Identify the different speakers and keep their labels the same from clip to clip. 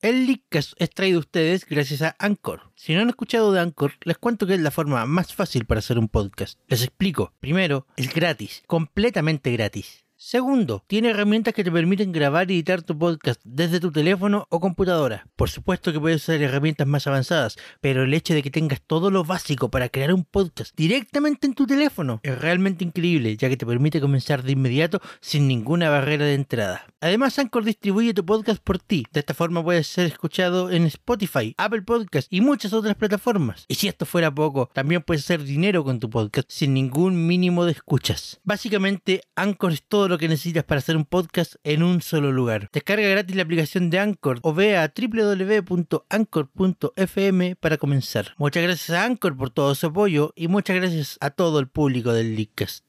Speaker 1: El link que es es traído a ustedes gracias a Anchor. Si no han escuchado de Anchor, les cuento que es la forma más fácil para hacer un podcast. Les explico. Primero, es gratis, completamente gratis. Segundo, tiene herramientas que te permiten grabar y editar tu podcast desde tu teléfono o computadora. Por supuesto que puedes usar herramientas más avanzadas, pero el hecho de que tengas todo lo básico para crear un podcast directamente en tu teléfono es realmente increíble, ya que te permite comenzar de inmediato sin ninguna barrera de entrada. Además, Anchor distribuye tu podcast por ti. De esta forma puedes ser escuchado en Spotify, Apple Podcast y muchas otras plataformas. Y si esto fuera poco, también puedes hacer dinero con tu podcast sin ningún mínimo de escuchas. Básicamente, Anchor es todo lo que necesitas para hacer un podcast en un solo lugar. Descarga gratis la aplicación de Anchor o ve a www.anchor.fm para comenzar. Muchas gracias a Anchor por todo su apoyo y muchas gracias a todo el público del Leadcast.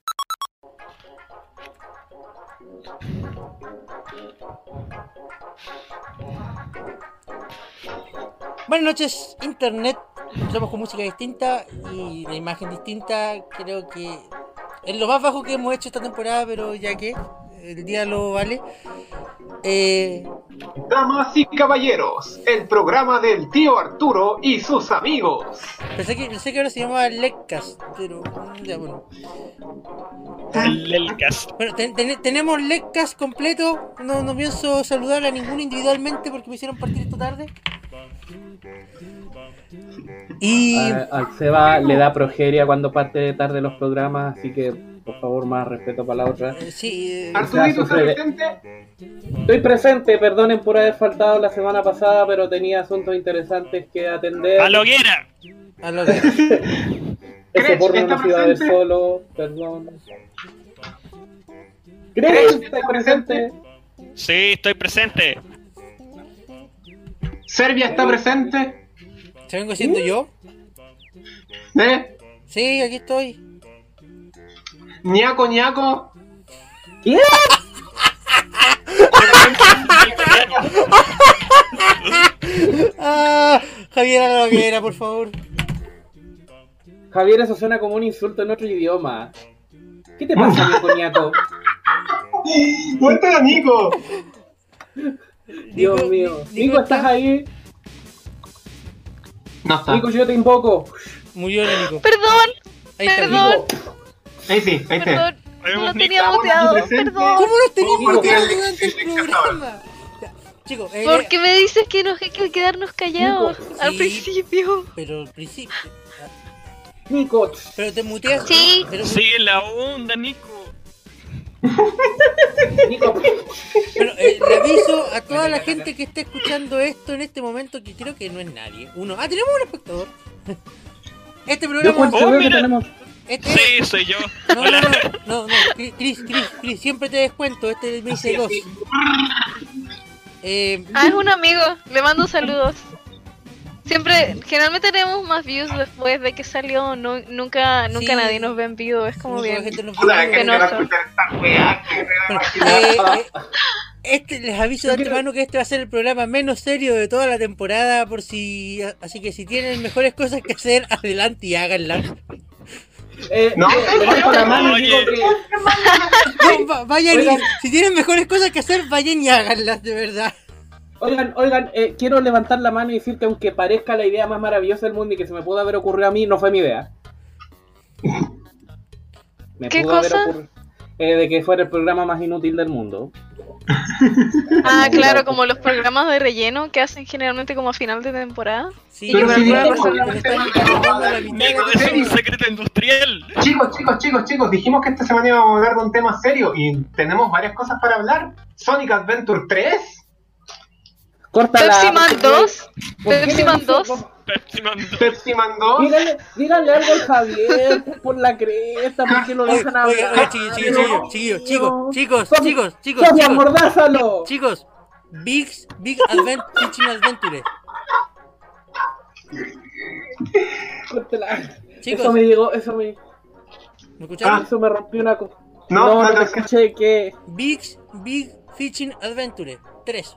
Speaker 1: Buenas noches, Internet. Somos con música distinta y de imagen distinta. Creo que es lo más bajo que hemos hecho esta temporada, pero ya que el día lo vale. Eh,
Speaker 2: Damas y caballeros, el programa del tío Arturo y sus amigos.
Speaker 1: pensé, que, pensé que ahora se llamaba Leccast, pero mm, ya bueno.
Speaker 3: El
Speaker 4: Ah.
Speaker 3: Elcast.
Speaker 1: Bueno, ten- ten- tenemos Leccast completo. No, no pienso saludar a ninguno individualmente porque me hicieron partir esta tarde. Y
Speaker 5: A- Al Ah, Seba le da progeria cuando parte tarde los programas, así que por favor más respeto para la otra.
Speaker 1: eh, sí, eh,
Speaker 2: Arturito está
Speaker 5: sucede.
Speaker 2: presente.
Speaker 5: Estoy presente, perdonen por haber faltado la semana pasada, pero tenía asuntos interesantes que atender.
Speaker 3: ¡A la hoguera!
Speaker 1: a lo que-
Speaker 5: Ese
Speaker 2: ¿Crees que
Speaker 5: porno
Speaker 2: está
Speaker 5: no se iba a ver
Speaker 2: presente?
Speaker 5: solo, perdón.
Speaker 2: ¿Crees
Speaker 5: ¿Crees
Speaker 2: que
Speaker 5: que
Speaker 2: está
Speaker 5: está presente?
Speaker 3: Sí, estoy presente.
Speaker 2: Serbia está presente.
Speaker 1: ¿Se vengo siendo yo?
Speaker 2: ¿Eh?
Speaker 1: Sí, aquí estoy.
Speaker 2: Ñaco, ñaco.
Speaker 5: ¿Qué?
Speaker 1: Ah, Javier a la hoguera, por favor.
Speaker 5: Javier, eso suena como un insulto en otro idioma. ¿Qué te pasa, mi coñaco?
Speaker 2: ¡Cuéntale a Nico!
Speaker 5: Dios
Speaker 1: Nico,
Speaker 5: mío.
Speaker 1: Nico,
Speaker 5: Nico, ¿estás
Speaker 1: está-
Speaker 5: ahí?
Speaker 2: No está.
Speaker 5: Nico, yo te invoco.
Speaker 1: Murió el Nico.
Speaker 6: Perdón,
Speaker 1: Ahí está.
Speaker 6: Perdón.
Speaker 5: Nico,
Speaker 2: Ahí sí, ahí sí.
Speaker 6: perdón.
Speaker 3: Vemos
Speaker 6: Lo
Speaker 3: Nico.
Speaker 6: tenía
Speaker 2: Estamos
Speaker 6: muteado,
Speaker 2: aquí presentes.
Speaker 6: perdón.
Speaker 1: ¿Cómo nos teníamos
Speaker 2: Nico,
Speaker 1: muteados
Speaker 2: Nico,
Speaker 1: durante el
Speaker 2: Nico,
Speaker 1: programa? Ya, Chicos, eh,
Speaker 6: ¿Por qué me dices que nos hay que quedarnos callados
Speaker 1: Nico,
Speaker 6: al
Speaker 1: sí.
Speaker 6: principio?
Speaker 1: pero al principio.
Speaker 5: Nico.
Speaker 1: Pero te muteas.
Speaker 6: Sí.
Speaker 1: Pero,
Speaker 3: Sigue la onda, Nico.
Speaker 5: Nico.
Speaker 1: pero, eh, le aviso a toda la gente que está escuchando esto en este momento, que creo que no es nadie. Uno. Ah, tenemos un espectador. Este
Speaker 5: Yo
Speaker 1: programa.
Speaker 5: cuento,
Speaker 3: Oh,
Speaker 5: veo que
Speaker 3: mira.
Speaker 5: tenemos.
Speaker 1: Este,
Speaker 3: Sí, soy yo.
Speaker 1: No, no,
Speaker 3: Hola.
Speaker 1: no, no, no, Cris, Cris, Cris, Cris, siempre te descuento, este me dice dos. Eh,
Speaker 6: Ah, es un amigo, le mando saludos. Siempre, generalmente tenemos más views después de que salió, no, nunca, nunca
Speaker 1: Sí.
Speaker 6: nadie nos ve en vivo, es como
Speaker 1: no, la
Speaker 6: bien.
Speaker 1: gente no-
Speaker 2: Puta, que
Speaker 6: Que
Speaker 2: no
Speaker 6: no
Speaker 2: va a
Speaker 6: está.
Speaker 2: escuchar esta weá. que me va
Speaker 1: Bueno,
Speaker 2: a-
Speaker 1: eh, eh, este, les aviso de
Speaker 5: Yo quiero-
Speaker 1: antemano que este va a ser el programa menos serio de toda la temporada, por si, así que si tienen mejores cosas que hacer, adelante y háganlas.
Speaker 5: Eh,
Speaker 2: No,
Speaker 5: eh,
Speaker 2: no,
Speaker 5: levanto la mano y digo
Speaker 3: oye.
Speaker 5: que.
Speaker 1: No, va- vayan y,
Speaker 5: Oigan.
Speaker 1: si tienen mejores cosas que hacer, vayan y háganlas, de verdad.
Speaker 5: Oigan, oigan, eh, quiero levantar la mano y decir que aunque parezca la idea más maravillosa del mundo y que se me pudo haber ocurrido a mí, no fue mi idea. Me
Speaker 6: ¿Qué
Speaker 5: pudo haber
Speaker 6: cosa?
Speaker 5: ocurri- eh, de que fuera el programa más inútil del mundo.
Speaker 6: Ah, claro, como los programas de relleno que hacen generalmente como a final de temporada.
Speaker 1: Sí,
Speaker 2: Pero
Speaker 1: por
Speaker 2: si
Speaker 1: alguna
Speaker 2: dijimos
Speaker 1: razón
Speaker 2: que
Speaker 1: me
Speaker 2: este
Speaker 1: están
Speaker 2: programa
Speaker 1: quitando
Speaker 2: va a
Speaker 1: la
Speaker 2: dar
Speaker 1: mitad de
Speaker 3: Nico,
Speaker 1: la
Speaker 3: es un
Speaker 1: temporada.
Speaker 3: secreto industrial.
Speaker 2: Chicos, chicos, chicos, chicos, dijimos que esta semana íbamos a hablar de un tema serio y tenemos varias cosas para hablar. Sonic Adventure 3,
Speaker 5: Corta la.
Speaker 6: Pepsi Man 2,
Speaker 5: ¿Por qué
Speaker 6: Pepsi
Speaker 5: le
Speaker 6: Man
Speaker 5: dice-
Speaker 6: 2.
Speaker 3: Pepsi Man dos.
Speaker 2: Pepsi Man 2,
Speaker 5: Díganle, díganle algo al Javier por la cresta, porque lo
Speaker 1: Oye,
Speaker 5: dejan
Speaker 1: oye, oye,
Speaker 5: hablar.
Speaker 1: chiquillos, chiquillos, chiquillos, chicos, chicos,
Speaker 5: Sofía,
Speaker 1: chicos, chicos,
Speaker 5: Sofía,
Speaker 1: chicos.
Speaker 5: mordázalo.
Speaker 1: Chicos, Big, Big Advent Teaching Adventure.
Speaker 5: Córtela.
Speaker 1: Chicos,
Speaker 5: Eso me llegó, eso me,
Speaker 1: ¿me escucharon?
Speaker 5: eso me rompió una. co-
Speaker 2: Ah. No, no
Speaker 5: no,
Speaker 2: lo
Speaker 5: no escuché que.
Speaker 1: Big, Big Fishing Adventure 3.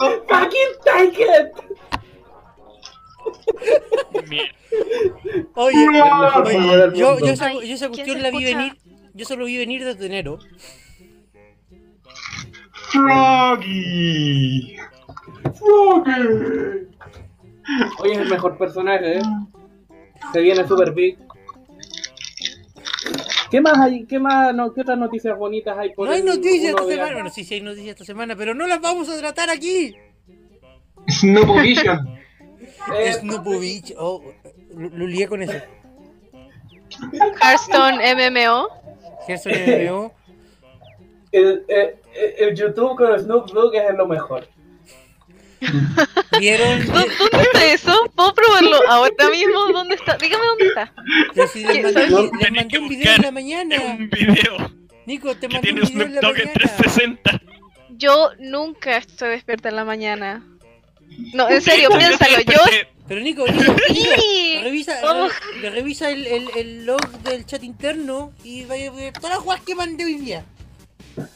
Speaker 5: ¡Fucking take it!
Speaker 3: Mierda.
Speaker 1: Oye,
Speaker 2: No,
Speaker 1: oye,
Speaker 5: no, no,
Speaker 1: yo,
Speaker 5: no.
Speaker 1: yo, esa, yo esa
Speaker 6: ¿Quién
Speaker 1: cuestión
Speaker 6: se
Speaker 1: la vi
Speaker 6: escucha?
Speaker 1: venir. Yo solo vi venir desde enero.
Speaker 2: Froggy.
Speaker 5: Froggy. Hoy es el mejor personaje, ¿eh? Se viene Super Big. ¿Qué más hay? ¿Qué más? No, ¿Qué otras noticias bonitas hay por
Speaker 4: No hay
Speaker 5: el-
Speaker 4: noticias esta
Speaker 5: uno de
Speaker 4: semana.
Speaker 5: acá?
Speaker 4: Bueno, sí, sí hay noticias esta semana, pero no las vamos a tratar aquí.
Speaker 2: Snopovision.
Speaker 5: Eh,
Speaker 4: Snopovich. Oh, lo, lo lié con eso.
Speaker 6: Hearthstone MMO.
Speaker 4: Gerson MMO.
Speaker 5: el, el- el YouTube con Snoop Dogg es lo mejor.
Speaker 4: ¿Vieron?
Speaker 6: ¿Dó- ¿Dónde está eso? ¿Puedo probarlo ahora mismo? ¿Dónde está? Dígame dónde está.
Speaker 4: Yo sí les
Speaker 6: ¿Qué?
Speaker 4: mandé,
Speaker 6: ¿Sabes
Speaker 4: les mandé un
Speaker 3: qué? Tenés que
Speaker 4: video en la
Speaker 3: buscar Es
Speaker 4: mañana.
Speaker 3: un video
Speaker 4: Nico, te
Speaker 3: que
Speaker 4: mandé un
Speaker 3: tiene
Speaker 4: video
Speaker 3: Snoop
Speaker 4: en la
Speaker 3: Dogg en
Speaker 4: mañana.
Speaker 3: 360.
Speaker 6: Yo nunca estoy despierta en la mañana. No, en serio, piénsalo. Yo
Speaker 4: Pero Nico, Nico, Nico,
Speaker 6: sí.
Speaker 4: revisa,
Speaker 3: Oh.
Speaker 6: Vamos.
Speaker 4: re- revisa el, el, el log del chat interno y vaya a ver todas las jugadas que mandé hoy día.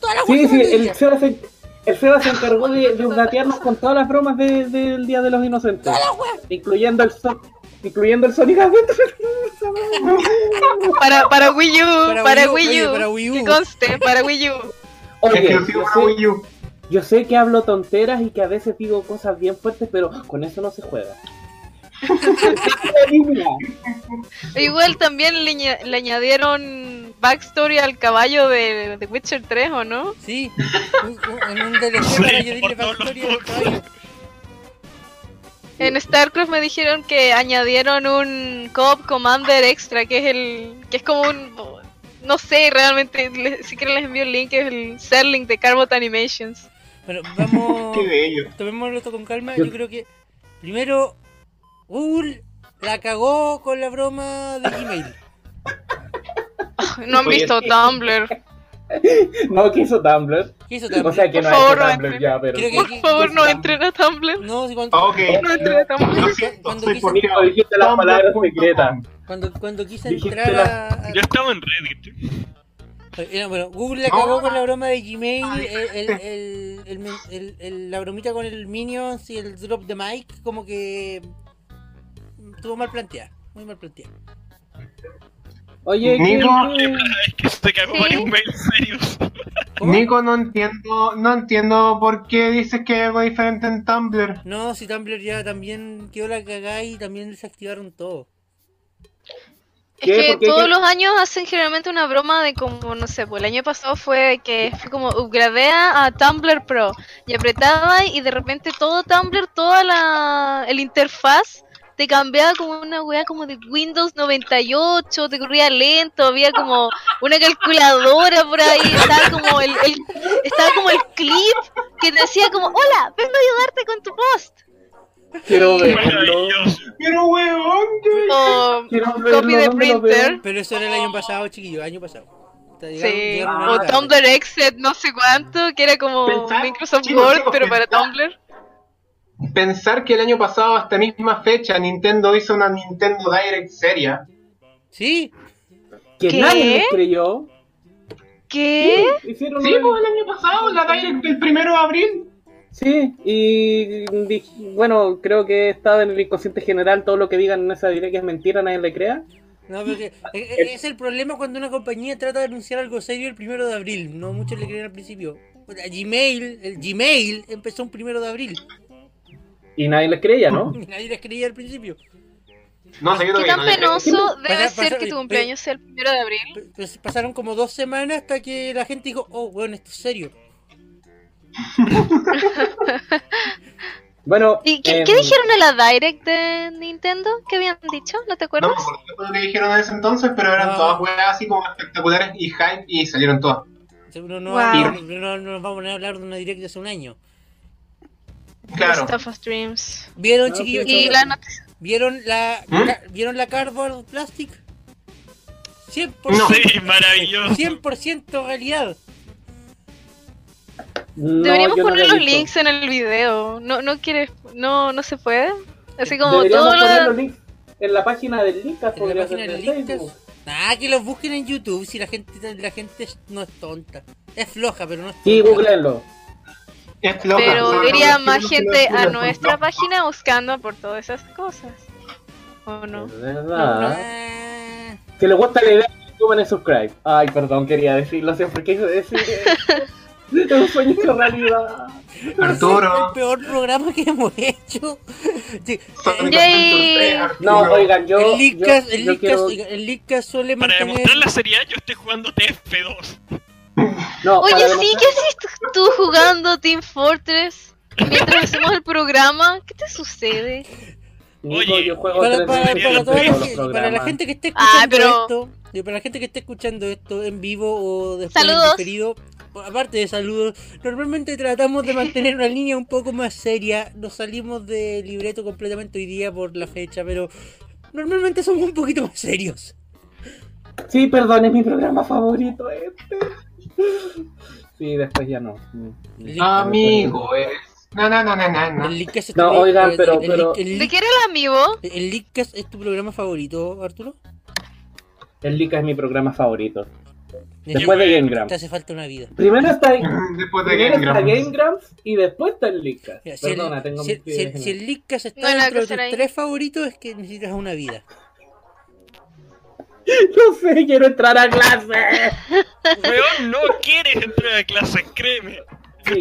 Speaker 4: Todas las
Speaker 5: Sí,
Speaker 4: jugadas
Speaker 5: sí,
Speaker 4: que mandé hoy
Speaker 5: el
Speaker 4: día.
Speaker 5: Seba se, el Seba se encargó de, de updatearnos con todas las bromas de- del Día de los Inocentes. Incluyendo el, so- incluyendo el Sonic Adventure.
Speaker 6: Para, para Wii U, para Wii
Speaker 4: oye,
Speaker 6: U.
Speaker 4: para Wii U.
Speaker 6: Que conste, para Wii U.
Speaker 5: Oye, yo
Speaker 2: Exclusivo para
Speaker 5: sé,
Speaker 2: Wii U.
Speaker 5: yo sé que hablo tonteras y que a veces digo cosas bien fuertes, pero con eso no se juega.
Speaker 6: Igual también le, aña- le añadieron backstory al caballo de, de Witcher 3, ¿o no?
Speaker 4: Sí, un- un- en un DLC
Speaker 3: Sí,
Speaker 4: para añadirle
Speaker 3: por todos los
Speaker 4: backstory al
Speaker 3: bugs.
Speaker 4: caballo.
Speaker 6: En StarCraft me dijeron que añadieron un co-op commander extra, que es el que es como un no sé, realmente le- si quieren les envío el link, es el Serling de Carbot Animations.
Speaker 4: Bueno, vamos,
Speaker 2: Qué bello.
Speaker 4: tomémoslo esto con calma.
Speaker 5: Yo-
Speaker 4: Yo creo que primero Google la cagó con la broma de Gmail.
Speaker 6: No han
Speaker 2: Oye,
Speaker 6: visto Tumblr.
Speaker 5: No, que hizo Tumblr.
Speaker 4: ¿Qué hizo
Speaker 5: O
Speaker 4: también?
Speaker 5: sea que
Speaker 6: Por
Speaker 5: no
Speaker 6: favor,
Speaker 5: hizo
Speaker 6: no
Speaker 5: Tumblr
Speaker 6: entren.
Speaker 5: ya, pero.
Speaker 4: Creo que-
Speaker 6: Por favor, no entren a Tumblr.
Speaker 4: No, si
Speaker 5: Ah,
Speaker 4: cuando,
Speaker 2: Ok.
Speaker 5: Eh,
Speaker 6: No entren a Tumblr.
Speaker 2: Lo siento,
Speaker 4: Cuando
Speaker 2: soy
Speaker 4: quise-
Speaker 2: portero.
Speaker 5: Dijiste las palabras secretas.
Speaker 4: cuando, cuando quise
Speaker 5: Dijiste
Speaker 4: entrar a, a-
Speaker 3: Yo estaba en Reddit.
Speaker 4: Eh, no, bueno, Google la
Speaker 2: No.
Speaker 4: cagó con la broma de Gmail, el, el, el- el men- el- el- la bromita con el Minions y el drop de Mike, como que estuvo mal planteada, muy mal planteada.
Speaker 5: Oye, ¿qué-
Speaker 2: Nico.
Speaker 5: qué-
Speaker 3: Es que se cagó
Speaker 6: Sí.
Speaker 3: varios mails serios.
Speaker 4: ¿Cómo?
Speaker 2: Nico, no entiendo, no entiendo por qué dices que hay algo diferente en Tumblr.
Speaker 4: No, si Tumblr ya también quedó la cagada y también desactivaron todo.
Speaker 6: Es
Speaker 5: ¿Qué?
Speaker 6: que
Speaker 5: ¿Por qué?
Speaker 6: todos
Speaker 5: ¿Qué?
Speaker 6: los años hacen generalmente una broma de como, no sé, pues el año pasado fue que fue como upgradea a Tumblr Pro y apretaba y de repente todo Tumblr, toda la el interfaz te cambiaba como una weá como de Windows 98, te corría lento, había como una calculadora por ahí, estaba como el, el- estaba como el clip que te decía como, hola, vengo a ayudarte con tu post.
Speaker 5: Quiero verlo.
Speaker 3: Maravilloso.
Speaker 2: Pero weón, yo-
Speaker 6: O
Speaker 5: Quiero
Speaker 6: copy
Speaker 5: verlo,
Speaker 6: de
Speaker 5: ¿dónde lo veo?
Speaker 6: printer.
Speaker 4: Pero eso era el año pasado, chiquillo, año pasado. Está- llegaron-
Speaker 6: Sí,
Speaker 4: llegaron
Speaker 6: o
Speaker 4: tarde.
Speaker 6: Tumblr Exit, no sé cuánto, que era como
Speaker 2: Pensar-
Speaker 6: Microsoft
Speaker 2: chicos,
Speaker 6: Word,
Speaker 2: chicos,
Speaker 6: pero para
Speaker 2: pensar-
Speaker 6: Tumblr.
Speaker 2: Pensar que el año pasado, a esta misma fecha, Nintendo hizo una Nintendo Direct seria.
Speaker 4: Sí,
Speaker 5: Que
Speaker 6: ¿Qué?
Speaker 5: nadie nos creyó.
Speaker 6: ¿Qué?
Speaker 5: Hicieron
Speaker 2: Sí,
Speaker 5: un-
Speaker 2: pues el año pasado, la Direct del primero de abril.
Speaker 5: Sí, y dij- bueno, creo que está en el inconsciente general todo lo que digan en esa directa que es mentira, nadie le crea.
Speaker 4: no, porque eh, eh, es el problema cuando una compañía trata de anunciar algo serio el primero de abril. No muchos le creen al principio. O sea, Gmail, el Gmail empezó un primero de abril.
Speaker 5: Y nadie les creía, ¿no?
Speaker 4: Nadie les creía al principio.
Speaker 2: No sé, yo
Speaker 6: ¿Qué
Speaker 2: todavía
Speaker 6: tan
Speaker 2: no le creo.
Speaker 6: penoso debe
Speaker 4: Pasa-
Speaker 6: ser
Speaker 4: pasa-
Speaker 6: que
Speaker 4: oye,
Speaker 6: tu cumpleaños sea el primero de abril?
Speaker 4: P- pues pasaron como dos semanas hasta que la gente dijo, oh, bueno, esto es serio.
Speaker 5: Bueno,
Speaker 6: ¿Y qué,
Speaker 5: em,
Speaker 6: qué dijeron en la Direct de Nintendo? ¿Qué habían dicho? ¿No te
Speaker 2: No
Speaker 6: acuerdas?
Speaker 2: me acuerdo qué fue lo que dijeron en ese entonces, pero eran
Speaker 5: Ah.
Speaker 4: No.
Speaker 2: todas weas así como espectaculares y hype y salieron todas.
Speaker 4: Seguro no,
Speaker 6: Wow.
Speaker 4: no, no- no nos vamos a hablar de una directa de hace un año.
Speaker 2: Claro.
Speaker 6: Stuff of Dreams.
Speaker 4: ¿Vieron,
Speaker 5: No,
Speaker 4: chiquillos?
Speaker 6: Y la noticia...
Speaker 4: ¿Vieron la,
Speaker 2: ¿Mm?
Speaker 4: ca- ¿Vieron la Cardboard Plastic? 100%,
Speaker 2: No.
Speaker 3: Sí, maravilloso.
Speaker 4: 100% realidad.
Speaker 5: no,
Speaker 6: Deberíamos
Speaker 5: yo no
Speaker 6: poner
Speaker 5: lo he
Speaker 6: los
Speaker 5: visto.
Speaker 6: links en el video. ¿No, no quieres? ¿No, no se puede? Así como
Speaker 5: Deberíamos
Speaker 6: todo lo...
Speaker 5: poner los links en la página del Linkas,
Speaker 4: En la
Speaker 5: podría
Speaker 4: página
Speaker 5: ser
Speaker 4: de
Speaker 5: de
Speaker 4: Linkas.
Speaker 5: Facebook.
Speaker 4: Nah, que los busquen en YouTube si la gente, la gente es- no es tonta. Es floja, pero no es tonta.
Speaker 5: Sí, googleenlo.
Speaker 2: Es floja,
Speaker 6: Pero
Speaker 2: son
Speaker 6: iría
Speaker 2: los que
Speaker 6: más
Speaker 2: no se
Speaker 6: gente
Speaker 2: lo
Speaker 6: a
Speaker 2: creen,
Speaker 6: nuestra
Speaker 2: son
Speaker 6: página buscando por todas esas cosas. ¿O no?
Speaker 5: Es verdad.
Speaker 4: Ah,
Speaker 5: Si les gusta la idea, suben el subscribe. Ay, perdón, quería decirlo siempre quise decir. Es un sueño hecho realidad.
Speaker 2: Arturo.
Speaker 4: El peor programa que hemos hecho. Sí,
Speaker 2: Sonic
Speaker 4: eh,
Speaker 6: Yay.
Speaker 2: Adventure 3, Arturo.
Speaker 5: No, oigan, yo.
Speaker 4: el Licas,
Speaker 5: yo-
Speaker 4: el
Speaker 5: yo
Speaker 4: Licas,
Speaker 5: quiero-
Speaker 4: el Licas suele
Speaker 3: Para
Speaker 4: mantener.
Speaker 3: demostrar la seriedad, yo estoy jugando TF2.
Speaker 5: no, para
Speaker 6: Oye, sí,
Speaker 5: demostrar-
Speaker 6: ¿qué haces tú jugando Team Fortress? Mientras hacemos el programa, ¿qué te sucede?
Speaker 5: Nico,
Speaker 3: Oye,
Speaker 5: yo juego
Speaker 4: Para,
Speaker 5: tres
Speaker 4: para-
Speaker 5: veces
Speaker 4: para
Speaker 5: en
Speaker 4: toda la
Speaker 5: todos los
Speaker 4: gente- para la
Speaker 5: programas.
Speaker 4: gente que esté
Speaker 6: Ah,
Speaker 4: escuchando
Speaker 6: pero-
Speaker 4: esto, y para la gente que esté escuchando esto en vivo o después en
Speaker 6: Saludos.
Speaker 4: diferido, aparte de saludos, normalmente tratamos de mantener una línea un poco más seria. Nos salimos de libreto completamente hoy día por la fecha, pero normalmente somos un poquito más serios.
Speaker 5: Sí, perdón, es mi programa favorito este. Sí, después ya no.
Speaker 4: El
Speaker 2: Amigo, es. No, no, no, no, no, no.
Speaker 4: el Licas es
Speaker 5: No,
Speaker 4: tu-
Speaker 5: oigan,
Speaker 4: el-
Speaker 5: pero-
Speaker 4: el-
Speaker 5: pero-
Speaker 4: el-
Speaker 6: ¿De qué era el amigo?
Speaker 4: ¿El Leadcast es tu programa favorito, Arturo?
Speaker 5: El Lika es mi programa favorito.
Speaker 4: Necesito-
Speaker 5: Después de Game Grumps.
Speaker 4: Te hace falta una vida.
Speaker 5: Primero está,
Speaker 2: Después de
Speaker 5: primero
Speaker 2: Game
Speaker 5: está Game
Speaker 2: Grumps.
Speaker 5: Grumps y después está el Lika.
Speaker 4: Mira, si el-
Speaker 5: Perdona, tengo
Speaker 4: si,
Speaker 5: mis
Speaker 4: si-
Speaker 5: pibes en
Speaker 4: si
Speaker 5: el-
Speaker 4: el Leadcast está
Speaker 6: No hay nada
Speaker 4: dentro de
Speaker 6: que hacer
Speaker 4: tus
Speaker 6: ahí.
Speaker 4: tres favoritos es que necesitas una vida.
Speaker 5: No sé, quiero entrar a clase.
Speaker 3: Weón, no quieres entrar a clases, créeme.
Speaker 5: Sí,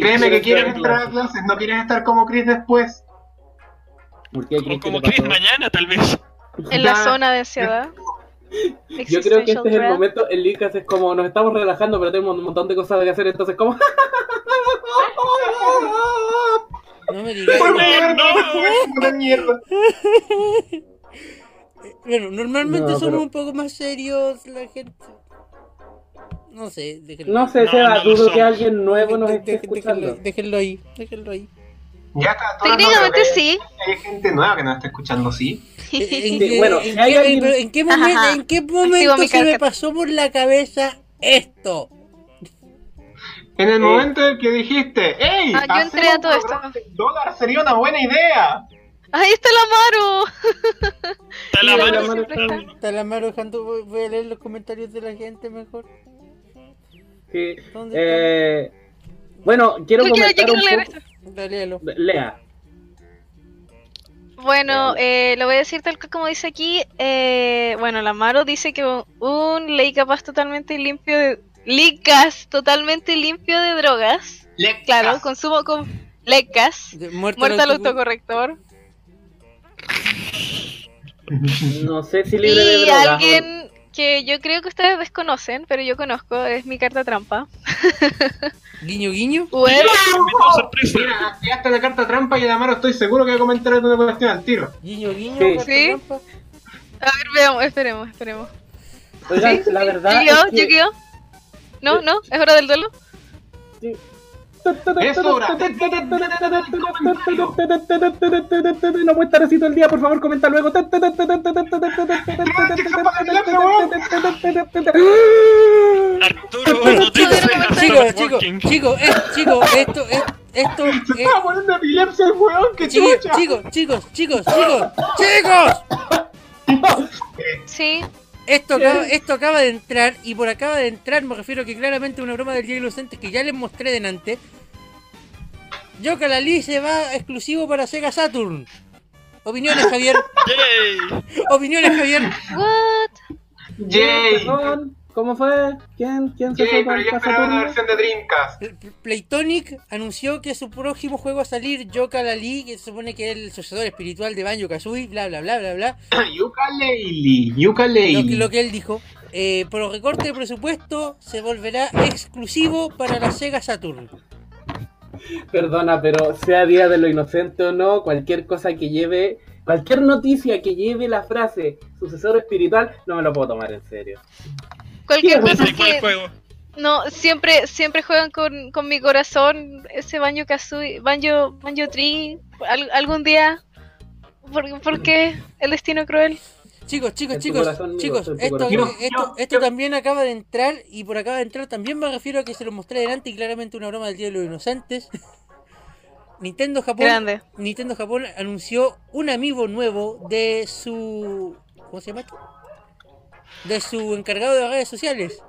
Speaker 2: Créeme
Speaker 5: quiero
Speaker 2: que quieres entrar a clases, no quieres estar como Chris después.
Speaker 5: ¿Por qué,
Speaker 3: O
Speaker 5: Chris,
Speaker 3: como
Speaker 5: qué te
Speaker 3: Chris
Speaker 5: pasó?
Speaker 3: mañana, tal vez.
Speaker 6: En la
Speaker 2: Ya,
Speaker 6: zona de ansiedad.
Speaker 5: Yo creo que este es el
Speaker 6: Existential
Speaker 5: momento, el Licas es como, nos estamos relajando, pero tenemos un montón de cosas que hacer, entonces como...
Speaker 4: No me digas.
Speaker 2: Por favor,
Speaker 3: Weón,
Speaker 2: no,
Speaker 3: no,
Speaker 2: weón, una mierda.
Speaker 4: Bueno, normalmente
Speaker 5: No,
Speaker 4: somos
Speaker 5: pero-
Speaker 4: un poco más serios la gente. No sé, déjenlo.
Speaker 5: No sé,
Speaker 3: No,
Speaker 5: Seba,
Speaker 3: no lo
Speaker 5: dudo
Speaker 3: son.
Speaker 5: que alguien nuevo nos
Speaker 4: Dejen-
Speaker 5: esté
Speaker 4: dejen- déjenlo,
Speaker 5: escuchando.
Speaker 4: déjenlo ahí, déjenlo ahí.
Speaker 2: Ya
Speaker 5: Ah,
Speaker 2: está, todas no, pero
Speaker 6: Técnicamente
Speaker 2: que
Speaker 6: sí.
Speaker 2: hay- Hay gente nueva que nos está escuchando, sí.
Speaker 4: Eh, ¿En,
Speaker 5: Sí,
Speaker 4: qué-
Speaker 5: bueno,
Speaker 4: en
Speaker 5: si hay
Speaker 4: qué-
Speaker 5: alguien-
Speaker 4: pero en qué momento,
Speaker 6: Ajá.
Speaker 4: en qué
Speaker 6: Activo
Speaker 4: momento
Speaker 6: mi
Speaker 4: se me
Speaker 6: carpeta.
Speaker 4: pasó por la cabeza esto?
Speaker 2: En el momento en el que dijiste, ¡Ey!
Speaker 6: Ah, yo entré
Speaker 2: hacer
Speaker 6: a
Speaker 2: un
Speaker 6: todo esto.
Speaker 2: programa de Dólar sería una buena idea.
Speaker 6: ¡Ahí está la
Speaker 3: Está la
Speaker 6: Mira,
Speaker 3: mano.
Speaker 6: la mano
Speaker 3: está-
Speaker 6: está-
Speaker 4: Talamaro, dejando, voy- voy a leer los comentarios de la gente mejor.
Speaker 5: Sí,
Speaker 4: ¿Dónde
Speaker 5: eh, bueno, quiero
Speaker 6: Yo quiero-
Speaker 5: comentar
Speaker 6: yo quiero
Speaker 5: un
Speaker 6: leer
Speaker 5: poco...
Speaker 4: Dale, léalo.
Speaker 5: Lea.
Speaker 6: Bueno, eh, lo voy a decir tal cual como dice aquí. eh, bueno, la Maro dice que un- un ley capaz totalmente limpio de. Licas, totalmente limpio de drogas.
Speaker 2: Le-
Speaker 5: Ah.
Speaker 6: Claro, consumo con lecas.
Speaker 4: De- Muerto,
Speaker 6: Muerta al
Speaker 4: autocor-
Speaker 6: autocorrector.
Speaker 5: No sé si libre de
Speaker 6: Y
Speaker 5: drogas.
Speaker 6: alguien que yo creo que ustedes desconocen, pero yo conozco, es mi carta trampa.
Speaker 4: Guiño, guiño.
Speaker 6: Uer,
Speaker 3: Invitado sorpresa.
Speaker 2: Mira, activaste la carta trampa y el Amaro estoy seguro que va a comentar una cuestión al tiro.
Speaker 4: Guiño, guiño.
Speaker 5: Sí.
Speaker 4: gato
Speaker 6: Sí.
Speaker 4: trampa.
Speaker 6: a ver, veamos, esperemos, esperemos.
Speaker 5: Oigan, la verdad
Speaker 6: ¿Yu-Gi-Oh?
Speaker 5: es que-
Speaker 6: ¿Yu-Gi-Oh? No, no, es hora del duelo.
Speaker 2: Es hora.
Speaker 5: No puede estar así todo el día, por favor, comenta luego.
Speaker 3: Arturo, no te
Speaker 4: Chicos, eh,
Speaker 3: enteras,
Speaker 4: chicos,
Speaker 3: Arturo
Speaker 4: chicos,
Speaker 3: Working.
Speaker 4: chicos, eh, chicos, esto, es- esto,
Speaker 2: Se
Speaker 4: eh,
Speaker 2: estaba poniendo epilepsia el weón, que
Speaker 4: chicos,
Speaker 2: chucha.
Speaker 4: chicos, chicos, chicos, chicos, chicos.
Speaker 6: Sí,
Speaker 4: Esto acaba, esto acaba de entrar, y por acaba de entrar me refiero que claramente una broma del Día Inocente que ya les mostré delante. Yoka Lalí se va exclusivo para Sega Saturn. Opiniones, Javier.
Speaker 3: Yay.
Speaker 4: Opiniones, Javier.
Speaker 6: what?
Speaker 2: Yay.
Speaker 5: ¿Cómo fue? ¿Quién, quién se
Speaker 2: Yay,
Speaker 5: fue
Speaker 2: pero yo esperaba una versión de Dreamcast.
Speaker 4: Playtonic anunció que su próximo juego a salir, Yoka Lalí, que se supone que es el sucesor espiritual de Banjo Kazooie, bla bla bla bla bla.
Speaker 2: Yooka-Laylee, Yooka-Laylee.
Speaker 4: Lo que, lo que él dijo. Eh, por recorte de presupuesto se volverá exclusivo para la Sega Saturn.
Speaker 5: Perdona, pero sea día de lo inocente o no, cualquier cosa que lleve, cualquier noticia que lleve la frase sucesor espiritual, no me lo puedo tomar en serio.
Speaker 6: Cualquier
Speaker 5: Sí,
Speaker 6: cosa
Speaker 3: Desde igual
Speaker 6: que...
Speaker 3: juego.
Speaker 6: No, siempre, siempre juegan con, con mi corazón, ese Banjo Kazooie, Banjo, Banjo Tree, al- algún día. ¿Por, por qué el destino cruel?
Speaker 4: Chicos, chicos,
Speaker 5: En tu
Speaker 4: chicos,
Speaker 5: corazón, amigo,
Speaker 4: chicos,
Speaker 5: en tu
Speaker 4: esto,
Speaker 5: corazón.
Speaker 4: eh, esto, esto también acaba de entrar y por acaba de entrar también me refiero a que se lo mostré delante y claramente una broma del Día de los Inocentes. Nintendo Japón,
Speaker 6: Grande.
Speaker 4: Nintendo Japón anunció un amigo nuevo de su ¿cómo se llama? esto? De su encargado de redes sociales.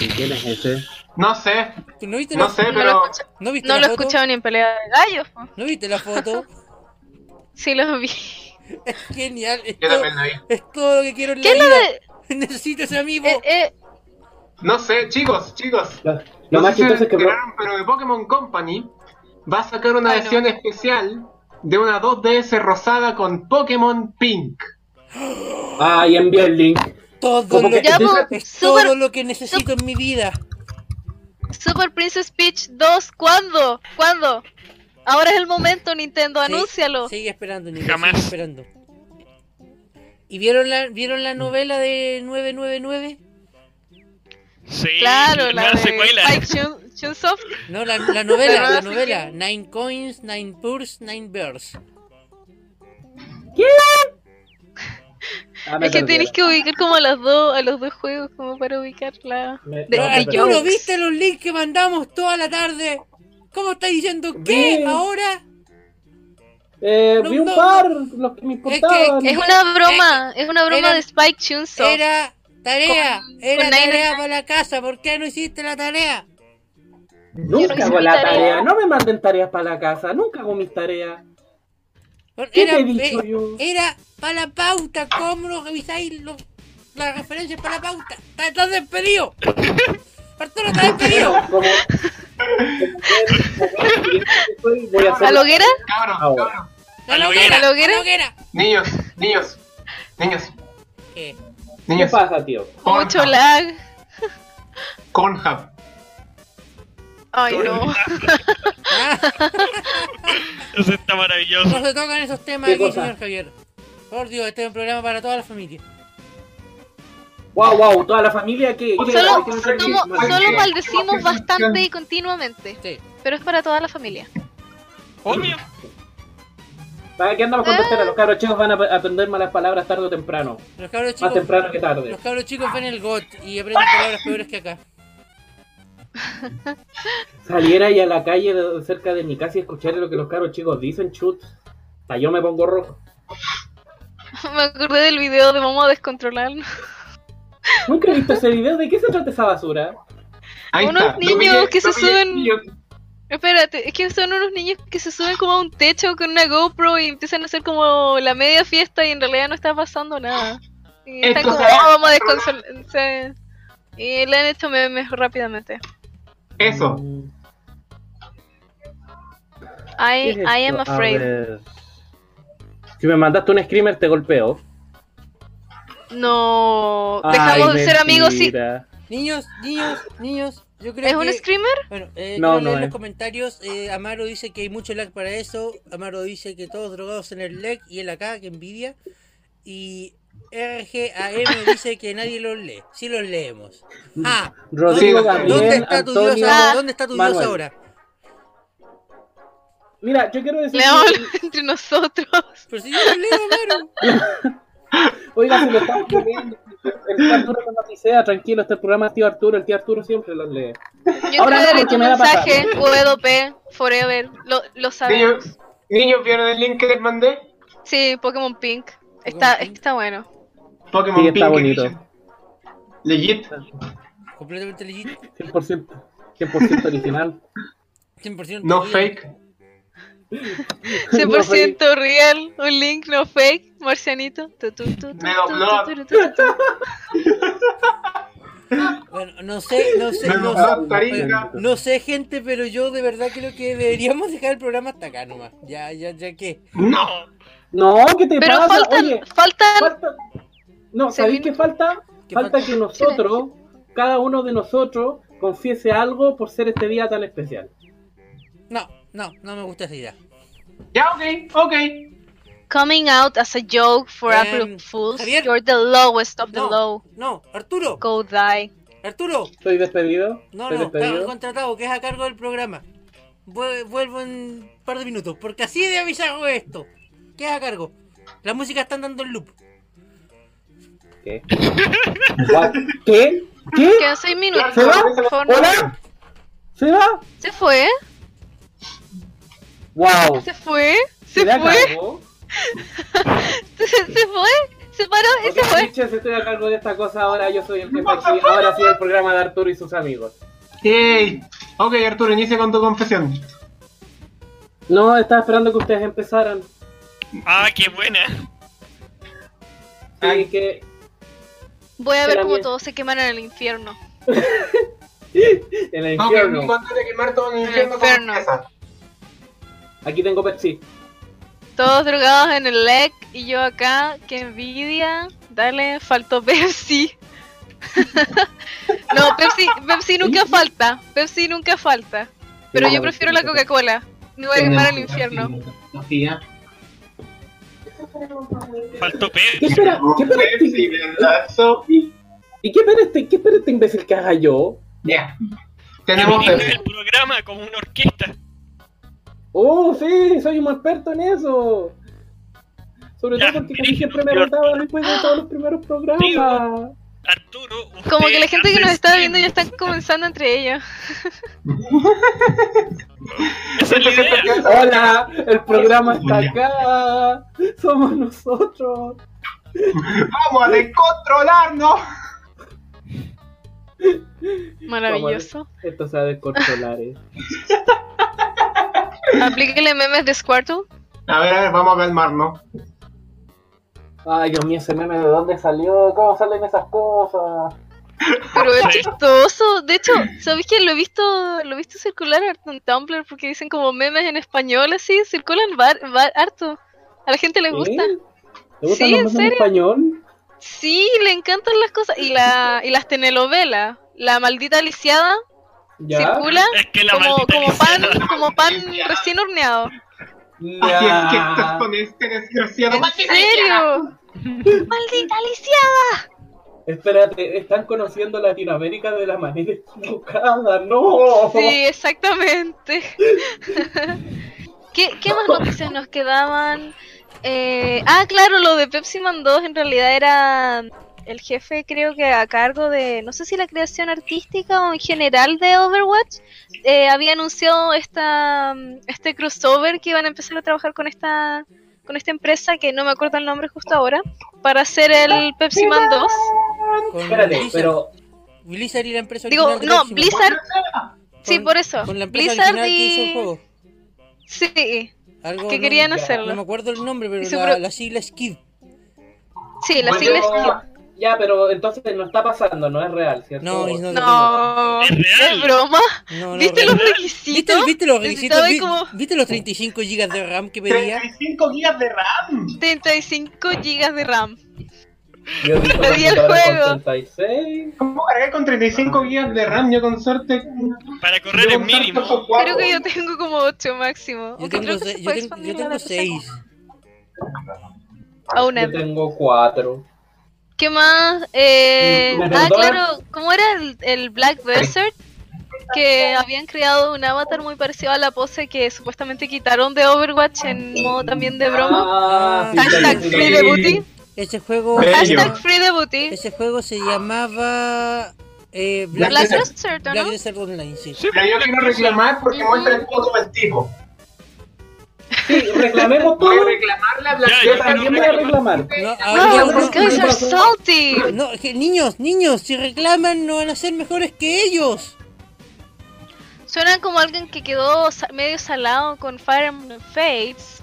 Speaker 5: ¿Y ¿Quién es ese?
Speaker 2: No sé,
Speaker 4: ¿Tú no viste
Speaker 2: no
Speaker 4: la,
Speaker 2: sé,
Speaker 6: No
Speaker 2: pero
Speaker 6: lo escuché.
Speaker 4: no viste
Speaker 6: No
Speaker 4: la
Speaker 6: lo he
Speaker 4: foto?
Speaker 6: escuchado ni en pelea de gallos. po.
Speaker 4: ¿No viste la foto?
Speaker 6: Sí, lo vi.
Speaker 4: Es genial, es
Speaker 2: yo
Speaker 4: todo,
Speaker 2: también la vi.
Speaker 4: es todo lo que quiero en la Eh,
Speaker 6: ¿Qué es lo
Speaker 4: vida.
Speaker 6: de.?
Speaker 4: Necesito ese amigo.
Speaker 6: eh, eh,
Speaker 2: No sé, chicos, chicos.
Speaker 5: Los,
Speaker 2: No
Speaker 5: Lo más
Speaker 2: sé si
Speaker 5: chistoso
Speaker 2: se
Speaker 5: es que.
Speaker 2: enteraron, pero de Pokémon Company va a sacar una
Speaker 6: Ay, Ah, no.
Speaker 2: edición especial de una 2DS rosada con Pokémon Pink.
Speaker 5: Ah, y envía el link.
Speaker 4: Todo
Speaker 5: Como
Speaker 4: lo,
Speaker 5: que-
Speaker 6: Ya, po,
Speaker 4: eh, es
Speaker 6: super-
Speaker 4: todo lo que necesito en mi vida.
Speaker 6: Super Princess Peach 2, ¿cuándo? ¿Cuándo? Ahora es el momento, Nintendo,
Speaker 4: Sí,
Speaker 6: anúncialo.
Speaker 4: Sigue esperando, Nico,
Speaker 3: Jamás.
Speaker 4: sigue esperando. ¿Y vieron la, vieron la novela de 999?
Speaker 3: Sí,
Speaker 6: Claro, la
Speaker 3: nueva
Speaker 6: de
Speaker 3: secuela.
Speaker 6: Spike Chun- Chunsoft.
Speaker 4: No, la, la novela,
Speaker 6: Pero
Speaker 4: la
Speaker 6: sí
Speaker 4: novela. Nine Coins, Nine Purs, Nine Birds.
Speaker 5: Ah, me
Speaker 6: Es que
Speaker 5: perdieron.
Speaker 6: tienes que ubicar como a los dos, a los dos juegos, como para ubicarla.
Speaker 5: Me-
Speaker 6: de-
Speaker 5: no, me
Speaker 6: de
Speaker 5: perdieron.
Speaker 6: Joe.
Speaker 4: ¿Tú no viste los links que mandamos toda la tarde? ¿Cómo estás diciendo qué
Speaker 5: Bien.
Speaker 4: ahora?
Speaker 5: Eh, vi
Speaker 4: No,
Speaker 5: un
Speaker 4: no,
Speaker 5: par, los que me importaban.
Speaker 4: que-
Speaker 6: Es una broma, es una broma
Speaker 4: Era-
Speaker 6: de Spike Chunsoft.
Speaker 4: Era tarea,
Speaker 6: Con-
Speaker 4: era
Speaker 6: con Nine
Speaker 4: tarea
Speaker 6: Nine.
Speaker 4: para la casa. ¿Por qué no hiciste la tarea?
Speaker 5: Nunca
Speaker 6: hice
Speaker 5: hago
Speaker 6: mi
Speaker 5: la tarea.
Speaker 6: tarea.
Speaker 5: no me manden tareas para la casa, nunca hago mis tareas. ¿Qué
Speaker 4: Era,
Speaker 5: te he dicho
Speaker 4: eh,
Speaker 5: yo?
Speaker 4: era para la pauta. ¿Cómo no revisáis lo- las referencias para la pauta? ¡Estás- ¡Estás despedido! Arturo, estás despedido.
Speaker 5: Como- Soy- voy a hacer-
Speaker 6: ¿A lo que era?
Speaker 2: Cabros,
Speaker 5: Ahora.
Speaker 2: cabros.
Speaker 4: ¡A la
Speaker 3: ¿A la
Speaker 4: hoguera!
Speaker 6: hoguera?
Speaker 4: ¡A la hoguera!
Speaker 2: Niños, niños, niños,
Speaker 4: ¿Qué?
Speaker 5: ¿Qué
Speaker 2: niños.
Speaker 5: pasa, tío?
Speaker 6: Mucho
Speaker 2: Pornhub,
Speaker 6: lag.
Speaker 2: Pornhub.
Speaker 6: Ay, no.
Speaker 4: Ah,
Speaker 3: Eso está maravilloso.
Speaker 4: no se tocan esos temas
Speaker 5: ¿Qué
Speaker 4: aquí,
Speaker 5: cosa?
Speaker 4: señor Javier. Por Dios, este es un programa para toda la familia.
Speaker 5: Wow, wow, toda la familia que. que-
Speaker 6: Solo,
Speaker 5: que- que-
Speaker 6: somos-
Speaker 5: que-
Speaker 6: solo
Speaker 5: que-
Speaker 6: maldecimos bastante y continuamente,
Speaker 4: Sí.
Speaker 6: pero es para toda la familia.
Speaker 3: Obvio.
Speaker 5: ¿Para qué andamos con tonteras? Los cabros chicos van a ap- aprender malas palabras tarde o temprano.
Speaker 4: Los cabros
Speaker 5: Más
Speaker 4: chicos,
Speaker 5: temprano que tarde.
Speaker 4: los cabros chicos ven el GOT y aprenden palabras peores que acá.
Speaker 5: Saliera y a la calle de- cerca de mi casa y escuchar lo que los cabros chicos dicen, chut. Hasta yo me pongo rojo.
Speaker 6: Me acordé del video de Momo descontrolando.
Speaker 5: Nunca he visto ese video. ¿De qué se trata esa basura?
Speaker 2: Ahí
Speaker 6: Unos
Speaker 2: está.
Speaker 6: niños que se suben-
Speaker 2: niños.
Speaker 6: Espérate, es que son unos niños que se suben como a un techo con una GoPro y empiezan a hacer como la media fiesta y en realidad no está pasando nada. Y están
Speaker 2: Esto
Speaker 6: como,
Speaker 2: será-
Speaker 6: "Oh, vamos a desconsolar. Y le han hecho memes rápidamente.
Speaker 2: Eso.
Speaker 5: Mm, ¿qué
Speaker 6: I,
Speaker 5: es
Speaker 6: Eh, I am
Speaker 5: esto? A
Speaker 6: afraid.
Speaker 5: ver. Si me mandaste un screamer, te golpeo.
Speaker 6: No,
Speaker 5: Ay,
Speaker 6: dejamos de ser amigos y...
Speaker 5: mentira.
Speaker 4: Niños, niños, niños, yo creo
Speaker 6: ¿Es
Speaker 4: que...
Speaker 6: un screamer?
Speaker 4: Bueno, eh,
Speaker 5: No,
Speaker 4: quiero
Speaker 5: no
Speaker 4: leer los
Speaker 5: es.
Speaker 4: comentarios. Eh, Amaro dice que hay mucho lag para eso. Amaro dice que todos drogados en el lag y él acá, que envidia. Y RGAM dice que nadie los lee. Sí los leemos. Ah,
Speaker 5: Rodrigo
Speaker 2: ¿Dónde-
Speaker 5: Gabriel,
Speaker 4: ¿dónde está tu dios
Speaker 5: Antonio-
Speaker 6: Ah.
Speaker 4: ahora? ¿Dónde está tu dios
Speaker 5: Manuel.
Speaker 4: ahora?
Speaker 5: Mira, yo quiero decir.
Speaker 6: León entre nosotros.
Speaker 4: Pero si yo los leo, Amaro.
Speaker 5: Oiga, si lo estamos leyendo, el tío Arturo no noticea, tranquilo, este programa es tío Arturo, el tío Arturo siempre lo lee.
Speaker 6: Yo
Speaker 5: Ahora no,
Speaker 6: te daré
Speaker 5: porque
Speaker 6: tu
Speaker 5: me va a pasar.
Speaker 6: mensaje, WP, Forever, lo, lo sabemos.
Speaker 2: niños. Niños, ¿vieron el link que les mandé?
Speaker 6: Sí, Pokémon Pink. Está,
Speaker 4: Pink.
Speaker 6: está bueno.
Speaker 2: Pokémon
Speaker 5: Sí, está
Speaker 2: Pink
Speaker 5: bonito.
Speaker 2: Edition. Legit.
Speaker 4: Completamente legit.
Speaker 5: 100%, 100% original.
Speaker 4: 100%
Speaker 2: No
Speaker 4: real.
Speaker 2: fake.
Speaker 6: 100% real, un link no fake, marcianito. Tu, tu, tu, tu,
Speaker 2: Me
Speaker 6: tu,
Speaker 2: dobló.
Speaker 6: tu, tu, tu, tu.
Speaker 4: Bueno, no sé, no sé,
Speaker 2: Me
Speaker 4: no
Speaker 2: dobló
Speaker 4: sé.
Speaker 2: Tarija.
Speaker 4: No sé, gente, pero yo de verdad creo que deberíamos dejar el programa hasta acá nomás. Ya, ya, ya que.
Speaker 2: No.
Speaker 5: No, ¿qué te
Speaker 6: Pero
Speaker 5: pasa?
Speaker 6: faltan,
Speaker 5: Oye,
Speaker 6: faltan.
Speaker 5: falta. No,
Speaker 6: Se
Speaker 5: ¿sabéis
Speaker 6: vino-
Speaker 5: qué falta?
Speaker 4: ¿Qué
Speaker 5: Falta que nosotros, cada uno de nosotros, confiese algo por ser este día tan especial.
Speaker 4: No, no, no me gusta esa idea.
Speaker 2: Ya, ok, ok.
Speaker 6: Coming out as a joke for
Speaker 4: Em,
Speaker 6: April Fools.
Speaker 4: Javier.
Speaker 6: You're the lowest of the
Speaker 4: No.
Speaker 6: low.
Speaker 4: No, Arturo,
Speaker 6: Go die.
Speaker 4: Arturo,
Speaker 5: ¿Estoy despedido?
Speaker 4: no,
Speaker 5: ¿Estoy
Speaker 4: no, está
Speaker 5: despedido?
Speaker 4: contratado, que es a cargo del programa. Vu- Vuelvo en un par de minutos, porque así de avisado es esto. Que es a cargo. La música está andando en loop.
Speaker 5: ¿Qué? What? ¿Qué? ¿Qué?
Speaker 6: Quedan 6 minutos.
Speaker 5: ¿Se va?
Speaker 6: Por favor, no.
Speaker 5: ¿Hola? ¿Se va?
Speaker 6: ¿Se fue?
Speaker 5: ¡Wow!
Speaker 6: ¿Se fue? ¿Se
Speaker 5: ¿Se
Speaker 6: fue?
Speaker 5: acabó?
Speaker 6: ¿Se, se fue? ¿Se paró? ¿Y
Speaker 5: Ok,
Speaker 6: se fue?
Speaker 5: Bichos, estoy a cargo de esta cosa ahora, yo soy el jefe aquí, ahora sí el programa de Arturo y sus amigos.
Speaker 2: Yay. Ok, Arturo, inicia con tu confesión.
Speaker 5: No, estaba esperando que ustedes empezaran.
Speaker 3: Ah, qué buena.
Speaker 5: Así que,
Speaker 6: Voy a ver
Speaker 5: Era
Speaker 6: cómo
Speaker 5: bien.
Speaker 6: todos se queman en el infierno.
Speaker 5: En el
Speaker 2: No, que el
Speaker 5: infierno.
Speaker 2: único antes de quemar todo en el
Speaker 6: El
Speaker 2: infierno con
Speaker 6: infierno.
Speaker 2: esa.
Speaker 5: Aquí tengo Pepsi.
Speaker 6: Todos drogados en el LEC y yo acá, qué envidia. Dale, faltó Pepsi. no, Pepsi, Pepsi nunca falta. Pepsi nunca falta. Pero yo prefiero la Coca-Cola. Me voy a quemar al infierno.
Speaker 2: Sofía.
Speaker 3: Faltó
Speaker 5: ¿Qué
Speaker 3: Pepsi.
Speaker 5: espera? ¿Qué espera
Speaker 2: Pepsi,
Speaker 5: este?
Speaker 2: ¿verdad, Sofi?
Speaker 5: ¿Y qué espera este, qué espera este imbécil que haga yo?
Speaker 2: Ya. Tenemos
Speaker 3: Viniste
Speaker 2: Pepsi.
Speaker 3: del programa como una orquesta.
Speaker 5: Oh, sí, soy un experto en eso. Sobre
Speaker 3: Ya,
Speaker 5: todo porque como siempre me
Speaker 3: yo-
Speaker 5: mandaba después de todos los primeros programas.
Speaker 3: Arturo, usted
Speaker 6: Como que la gente que nos
Speaker 3: hace
Speaker 6: está
Speaker 3: stream.
Speaker 6: viendo ya están comenzando entre ellos.
Speaker 3: Esa es la idea.
Speaker 5: Hola, el programa está acá. Somos nosotros.
Speaker 2: Vamos a descontrolarnos.
Speaker 6: Maravilloso.
Speaker 5: Esto se va a descontrolar. eh.
Speaker 6: Aplíquele memes de Squirtle.
Speaker 2: A ver, a ver, vamos a calmarnos.
Speaker 5: Ay, Dios mío, ese meme de dónde salió, cómo salen esas cosas.
Speaker 6: Pero es
Speaker 3: Sí.
Speaker 6: chistoso. De hecho, ¿sabéis que lo he visto lo he visto circular harto en Tumblr? Porque dicen como memes en español así, circulan var- var- harto. A la gente le gusta.
Speaker 5: ¿Eh? ¿Te gustan los
Speaker 6: Sí, ¿en
Speaker 5: memes en
Speaker 6: serio?
Speaker 5: español?
Speaker 6: Sí, le encantan las cosas. Y, la, y las telenovelas. La maldita lisiada
Speaker 5: ¿Ya?
Speaker 6: circula
Speaker 3: Es que la
Speaker 6: como,
Speaker 3: maldita
Speaker 6: como
Speaker 3: Alicia.
Speaker 6: pan, como pan recién horneado.
Speaker 2: Así es que estás
Speaker 5: Ya.
Speaker 2: con este desgraciado.
Speaker 6: ¿En serio? ¡Maldita lisiada!
Speaker 5: Espérate, están conociendo Latinoamérica de la manera equivocada, no.
Speaker 6: Sí, exactamente. ¿Qué, qué más noticias nos quedaban? Eh, ah, claro, lo de Pepsi Man 2 en realidad era mm, el jefe, creo que a cargo de, no sé si la creación artística o en general de Overwatch, eh, había anunciado esta, mm, este crossover que iban a empezar a trabajar con esta, con esta empresa, que no me acuerdo el nombre justo ahora, para hacer el Pepsi Man 2.
Speaker 4: Con
Speaker 5: Espérate,
Speaker 4: Blizzard.
Speaker 5: pero
Speaker 4: Blizzard y la empresa
Speaker 6: Digo,
Speaker 4: original de
Speaker 6: no,
Speaker 4: Pepsi Man.
Speaker 6: Blizzard. Sí, por eso.
Speaker 4: Con la empresa
Speaker 6: Blizzard
Speaker 4: original que hizo el
Speaker 6: y...
Speaker 4: juego.
Speaker 6: Sí,
Speaker 4: Algo
Speaker 6: que
Speaker 4: no-
Speaker 6: querían
Speaker 5: ya,
Speaker 6: hacerlo.
Speaker 4: No me acuerdo el nombre, pero
Speaker 6: Y su
Speaker 4: la,
Speaker 6: pro-
Speaker 4: la sigla es Kid.
Speaker 6: Sí, la
Speaker 5: Bueno,
Speaker 6: sigla es Kid.
Speaker 5: ya, pero entonces no está pasando, no es real, ¿cierto?
Speaker 4: No, y no,
Speaker 6: No,
Speaker 3: Es
Speaker 6: ¿es
Speaker 3: real.
Speaker 6: broma?
Speaker 4: no, no,
Speaker 6: ¿Viste
Speaker 4: re-
Speaker 6: los
Speaker 3: real.
Speaker 4: ¿Viste,
Speaker 6: requisitos?
Speaker 4: viste los requisitos?
Speaker 6: Necesitaba
Speaker 4: Vi-
Speaker 6: como-
Speaker 4: ¿Viste los 35 GB de RAM que pedía?
Speaker 2: 35 gigas de RAM.
Speaker 6: 35 GB de RAM.
Speaker 5: Yo he visto
Speaker 6: Perdí el
Speaker 5: computadores con
Speaker 6: juego.
Speaker 5: 36.
Speaker 2: ¿Cómo cargar con 35 gigas de RAM? Yo con suerte.
Speaker 3: Para correr en mínimo.
Speaker 6: Creo que yo tengo como 8 máximo.
Speaker 4: Yo
Speaker 6: Aunque
Speaker 4: tengo,
Speaker 6: creo que
Speaker 4: se- yo
Speaker 6: se fue
Speaker 4: tengo, yo
Speaker 6: expandiendo la
Speaker 4: tengo 6.
Speaker 6: cosa. A una.
Speaker 5: Yo tengo 4.
Speaker 6: ¿Qué más? Eh,
Speaker 5: ¿Me
Speaker 6: ah,
Speaker 5: perdonas?
Speaker 6: claro, ¿cómo era el, el Black Desert? Que habían creado un avatar muy parecido a la pose que supuestamente quitaron de Overwatch en modo también de broma.
Speaker 5: Ah, sí, sí,
Speaker 6: Hashtag
Speaker 5: sí,
Speaker 6: Free
Speaker 5: sí.
Speaker 6: the Booty.
Speaker 4: Ese juego,
Speaker 2: Bello.
Speaker 6: Hashtag Free the Booty.
Speaker 4: ese juego se llamaba eh, Black,
Speaker 6: Black
Speaker 4: Desert,
Speaker 6: Desert, ¿o
Speaker 4: Black
Speaker 6: ¿no?
Speaker 4: Desert Online, sí.
Speaker 3: Sí,
Speaker 2: Pero yo quiero reclamar porque
Speaker 6: Ujú.
Speaker 2: muestra el foto del tipo.
Speaker 5: Sí, reclamemos
Speaker 2: Voy
Speaker 5: todo.
Speaker 2: a reclamarle a Black
Speaker 3: Ya,
Speaker 5: Yo
Speaker 2: Desert.
Speaker 5: también voy a reclamar.
Speaker 4: No, había
Speaker 5: no,
Speaker 6: Wow, these
Speaker 5: no,
Speaker 6: guys
Speaker 4: uno,
Speaker 5: no,
Speaker 6: are
Speaker 5: no.
Speaker 6: salty.
Speaker 4: no, que- niños, niños, si reclaman no van a ser mejores que ellos.
Speaker 6: Suena como alguien que quedó sa- medio salado con Fire Emblem Fates.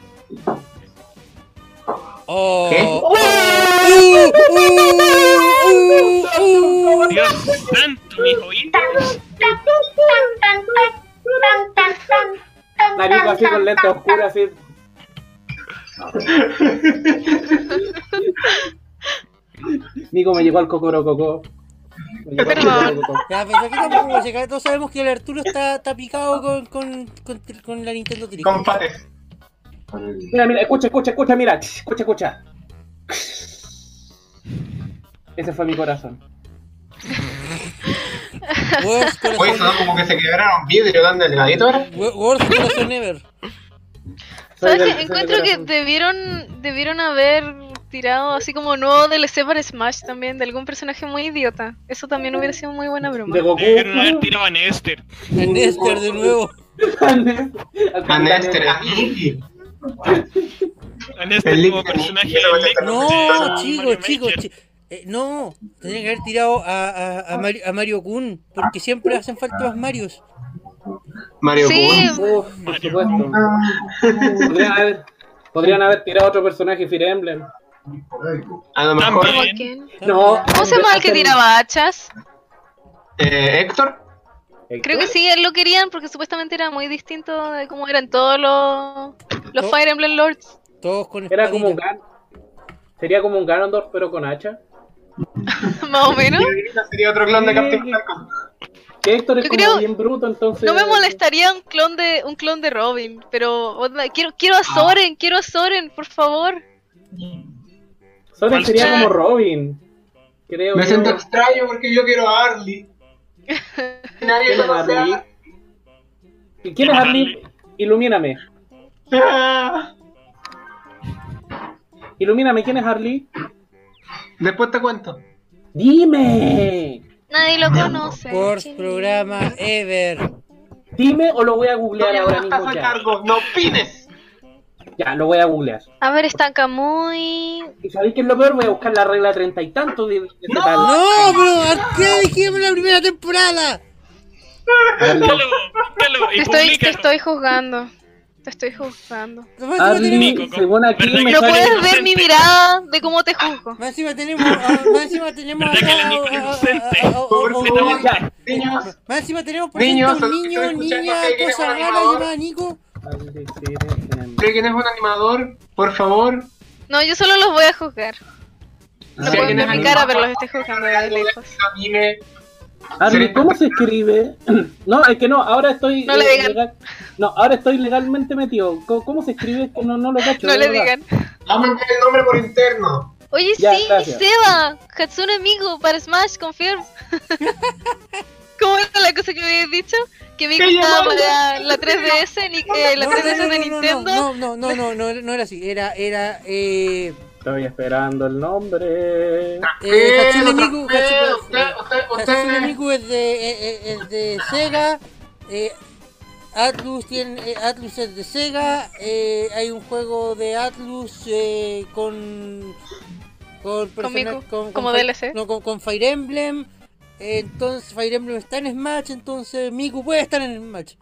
Speaker 4: Oh,
Speaker 2: ¿Qué?
Speaker 4: oh, uh, uh, uh, uh.
Speaker 3: Dios santo, mis oídos.
Speaker 5: Nariz así con lente oscura, así. Nico me llegó al cocoro coco.
Speaker 6: Perdón.
Speaker 4: Ya, pero aquí tampoco, si acá todos sabemos que el Arturo está, está picado con, con, con, con la Nintendo Trick.
Speaker 2: Con pates.
Speaker 5: Mira, mira, escucha, escucha, escucha, mira. Escucha, escucha. Ese fue mi corazón.
Speaker 4: Worst
Speaker 2: Oye, sonó
Speaker 4: corazón,
Speaker 2: como que se quebraron vidrio dando el ladito ahora.
Speaker 4: wo- worst corazón ever.
Speaker 5: Soy del- soy
Speaker 6: ¿Sabes qué?
Speaker 5: del
Speaker 6: Encuentro que
Speaker 5: corazón.
Speaker 6: debieron, debieron haber tirado así como nuevo DLC para Smash también, de algún personaje muy idiota. Eso también hubiera sido muy buena broma.
Speaker 5: De Goku.
Speaker 3: Debieron haber tirado a Nester.
Speaker 4: A Néstor de nuevo.
Speaker 2: A Nester, a mí.
Speaker 3: A Nester
Speaker 2: El
Speaker 3: como
Speaker 2: Link-
Speaker 3: este personaje.
Speaker 2: Link-
Speaker 3: del Link-
Speaker 4: No,
Speaker 3: de
Speaker 4: chicos,
Speaker 3: Mario
Speaker 4: chicos.
Speaker 3: Maker.
Speaker 4: chi- eh, no, tendría que haber tirado a, a, a Mario, a Mario Kun, porque siempre hacen falta más Marios.
Speaker 2: Mario
Speaker 6: Sí,
Speaker 2: Kun.
Speaker 5: Uf, por supuesto. Podrían haber, podrían haber tirado otro personaje Fire Emblem.
Speaker 2: A lo mejor.
Speaker 6: como
Speaker 3: Bien.
Speaker 6: que-
Speaker 5: No.
Speaker 6: ¿Cómo se llama el que tiraba hachas?
Speaker 2: Eh, Héctor.
Speaker 6: Creo que sí, él lo querían porque supuestamente era muy distinto de cómo eran todos los, los
Speaker 4: No.
Speaker 6: Fire Emblem Lords.
Speaker 4: Todos con
Speaker 5: Era como un
Speaker 4: espadillas.
Speaker 5: Gan... Sería como un Ganondorf, pero con hacha.
Speaker 6: Más o menos.
Speaker 2: Kirillita sería otro clon de
Speaker 5: Sí,
Speaker 2: Captain
Speaker 5: sí.
Speaker 2: Falcon.
Speaker 5: Que Héctor es
Speaker 6: Yo
Speaker 5: como
Speaker 6: creo-
Speaker 5: bien bruto, entonces.
Speaker 6: No me molestaría un clon de un clon de Robin, pero onda, quiero quiero a Soren, quiero a Soren, por favor.
Speaker 5: Soren sería
Speaker 3: Cualquiera.
Speaker 5: como Robin. Creo
Speaker 2: Me
Speaker 5: yo.
Speaker 2: siento extraño porque yo quiero a Arlie. Nadie
Speaker 5: ¿Quién es
Speaker 2: conoce a
Speaker 5: Harley?
Speaker 2: Arlie.
Speaker 5: ¿Y ¿Quién es Harley? Ilumíname.
Speaker 2: Ah.
Speaker 5: Ilumíname, ¿quién es Harley?
Speaker 2: Después te cuento.
Speaker 5: Dime.
Speaker 6: Nadie lo conoce.
Speaker 4: Worst programa ever.
Speaker 5: Dime o lo voy a
Speaker 2: No,
Speaker 5: googlear ahora
Speaker 2: no estás
Speaker 5: mismo
Speaker 2: a
Speaker 5: ya.
Speaker 2: cargo, no opines.
Speaker 5: Ya, lo voy a googlear.
Speaker 6: A ver, está Kamui.
Speaker 5: ¿Y sabéis qué es lo peor? Voy a buscar la regla treinta y tanto de, de este
Speaker 2: No.
Speaker 5: tal.
Speaker 4: ¡No, pero Arquea dijimos la primera temporada!
Speaker 3: Telo, telo,
Speaker 6: Te
Speaker 3: y
Speaker 6: estoy, te
Speaker 3: publica.
Speaker 6: estoy juzgando. Te estoy juzgando.
Speaker 4: Más
Speaker 2: Ah,
Speaker 4: encima
Speaker 5: Harley,
Speaker 4: tenemos,
Speaker 3: Nico.
Speaker 5: según aquí
Speaker 3: ¿Verdad
Speaker 5: me
Speaker 3: que
Speaker 6: No
Speaker 3: Soren
Speaker 5: sale-
Speaker 6: puedes
Speaker 3: inocente.
Speaker 6: ver mi mirada de cómo te juzgo.
Speaker 4: más encima tenemos, a- más encima tenemos ah,
Speaker 3: ¿Verdad que la Nico
Speaker 4: a- a- a-
Speaker 3: inocente?
Speaker 4: a- a- a- a-
Speaker 2: Pobrecita.
Speaker 4: a-
Speaker 5: Ya.
Speaker 2: Niños,
Speaker 4: oh, Más encima tenemos por
Speaker 2: Niños,
Speaker 4: ejemplo, un
Speaker 2: los que
Speaker 4: niño,
Speaker 2: están escuchando
Speaker 4: niña,
Speaker 2: que quieren
Speaker 4: cosa
Speaker 2: un
Speaker 4: rara
Speaker 2: animador.
Speaker 4: llamada Nico.
Speaker 2: ¿cree quién es un animador? Por favor.
Speaker 6: No, yo solo los voy a juzgar. No
Speaker 2: Si
Speaker 6: pueden
Speaker 2: alguien
Speaker 6: ver
Speaker 2: es
Speaker 6: mi cara,
Speaker 2: animador,
Speaker 6: pero los estoy juzgando de lejos.
Speaker 2: Anime.
Speaker 5: Harley, ¿cómo se escribe? No, es que no, ahora estoy.
Speaker 6: No le
Speaker 5: eh,
Speaker 6: digan.
Speaker 5: legal- no, ahora estoy legalmente metido. ¿Cómo, cómo se escribe? Es que no, no lo cacho.
Speaker 6: No
Speaker 5: de
Speaker 6: le
Speaker 5: verdad.
Speaker 6: digan.
Speaker 2: Vamos a enviar el nombre por interno.
Speaker 6: Oye,
Speaker 5: Ya,
Speaker 6: sí,
Speaker 5: gracias.
Speaker 6: Seba, Hatsune Miku para Smash, confirm. ¿Cómo era la cosa que me habías dicho? Que Miku
Speaker 2: ¡Qué
Speaker 6: estaba
Speaker 2: llamada!
Speaker 6: para la 3DS, ni, eh, la
Speaker 4: No,
Speaker 6: 3DS
Speaker 4: no, no,
Speaker 6: de
Speaker 4: no,
Speaker 6: Nintendo.
Speaker 4: No, no, no, no, no, no, no era así. Era, era, eh.
Speaker 5: Estoy esperando el nombre.
Speaker 4: eh
Speaker 2: Eh,
Speaker 4: Hatsune
Speaker 2: lo
Speaker 4: Miku,
Speaker 2: traté,
Speaker 4: Hatsune-
Speaker 2: usted- usted-
Speaker 4: Hatsune
Speaker 2: usted-
Speaker 4: Miku es de, eh, eh, es de Sega. Eh, Atlus, tiene, eh, Atlus es de Sega. Eh, hay un juego de Atlus eh, con. Con, persona-
Speaker 6: Miku, como
Speaker 4: Fi-
Speaker 6: DLC.
Speaker 4: No, con, con Fire Emblem. Eh, entonces, Fire Emblem está en Smash. Entonces, Miku puede estar en Smash.
Speaker 5: Esa es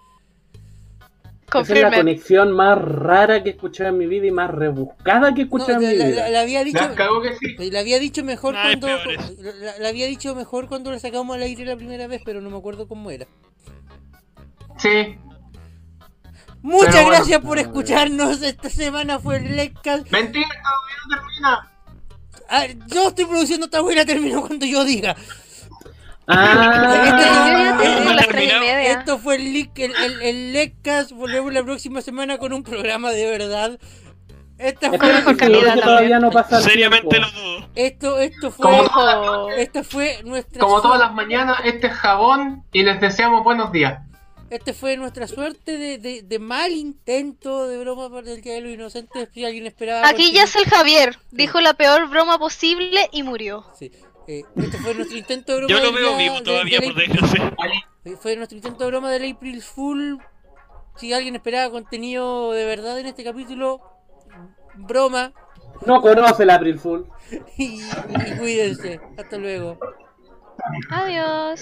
Speaker 5: la
Speaker 6: Confirmen.
Speaker 5: conexión más rara que he escuchado en mi vida y más rebuscada que he
Speaker 4: No,
Speaker 5: escuchado
Speaker 4: la,
Speaker 5: en mi
Speaker 4: la-
Speaker 5: vida.
Speaker 4: la- la había dicho.
Speaker 2: Las cago que sí.
Speaker 4: La había dicho mejor
Speaker 3: Ay,
Speaker 4: cuando
Speaker 3: peores.
Speaker 4: la, la había dicho mejor cuando la sacamos al aire la primera vez, pero no me acuerdo cómo era.
Speaker 2: Sí.
Speaker 4: Muchas
Speaker 2: Pero bueno.
Speaker 4: gracias por escucharnos. Esta semana fue el Lecast.
Speaker 2: Mentira, todavía no termina.
Speaker 4: Ah, yo estoy produciendo esta buena termino cuando yo diga.
Speaker 5: Ah,
Speaker 6: Yo ya tengo
Speaker 3: Ah,
Speaker 6: las tres y
Speaker 3: terminado.
Speaker 6: media.
Speaker 4: Esto fue el, Lic- el, el, el Leccast. Volvemos la próxima semana con un programa de verdad. Esta
Speaker 5: espero
Speaker 6: mejor
Speaker 4: fue,
Speaker 5: que
Speaker 6: calidad
Speaker 5: todavía no pasa el
Speaker 3: Seriamente
Speaker 5: tiempo.
Speaker 3: lo dudo.
Speaker 4: esto, esto fue,
Speaker 2: Como-
Speaker 6: Ojo.
Speaker 4: esta fue nuestra
Speaker 2: Como todas
Speaker 4: suerte-
Speaker 2: las mañanas, este es jabón y les deseamos buenos días.
Speaker 4: Este fue nuestra suerte de, de, de mal intento de broma por el Día de los Inocentes. Si alguien esperaba.
Speaker 6: Aquí
Speaker 4: porque-
Speaker 6: ya es el Javier. Dijo la peor broma posible y murió.
Speaker 4: Sí. Eh, este fue nuestro intento de broma.
Speaker 3: Yo lo
Speaker 4: del
Speaker 3: veo
Speaker 4: día-
Speaker 3: vivo
Speaker 4: del-
Speaker 3: todavía,
Speaker 4: del
Speaker 3: por desgracia.
Speaker 4: Eh, Fue nuestro intento de broma del April Fool. Si alguien esperaba contenido de verdad en este capítulo, broma.
Speaker 5: No conoce el April Fool.
Speaker 4: Y, y cuídense. Hasta luego.
Speaker 6: Adiós.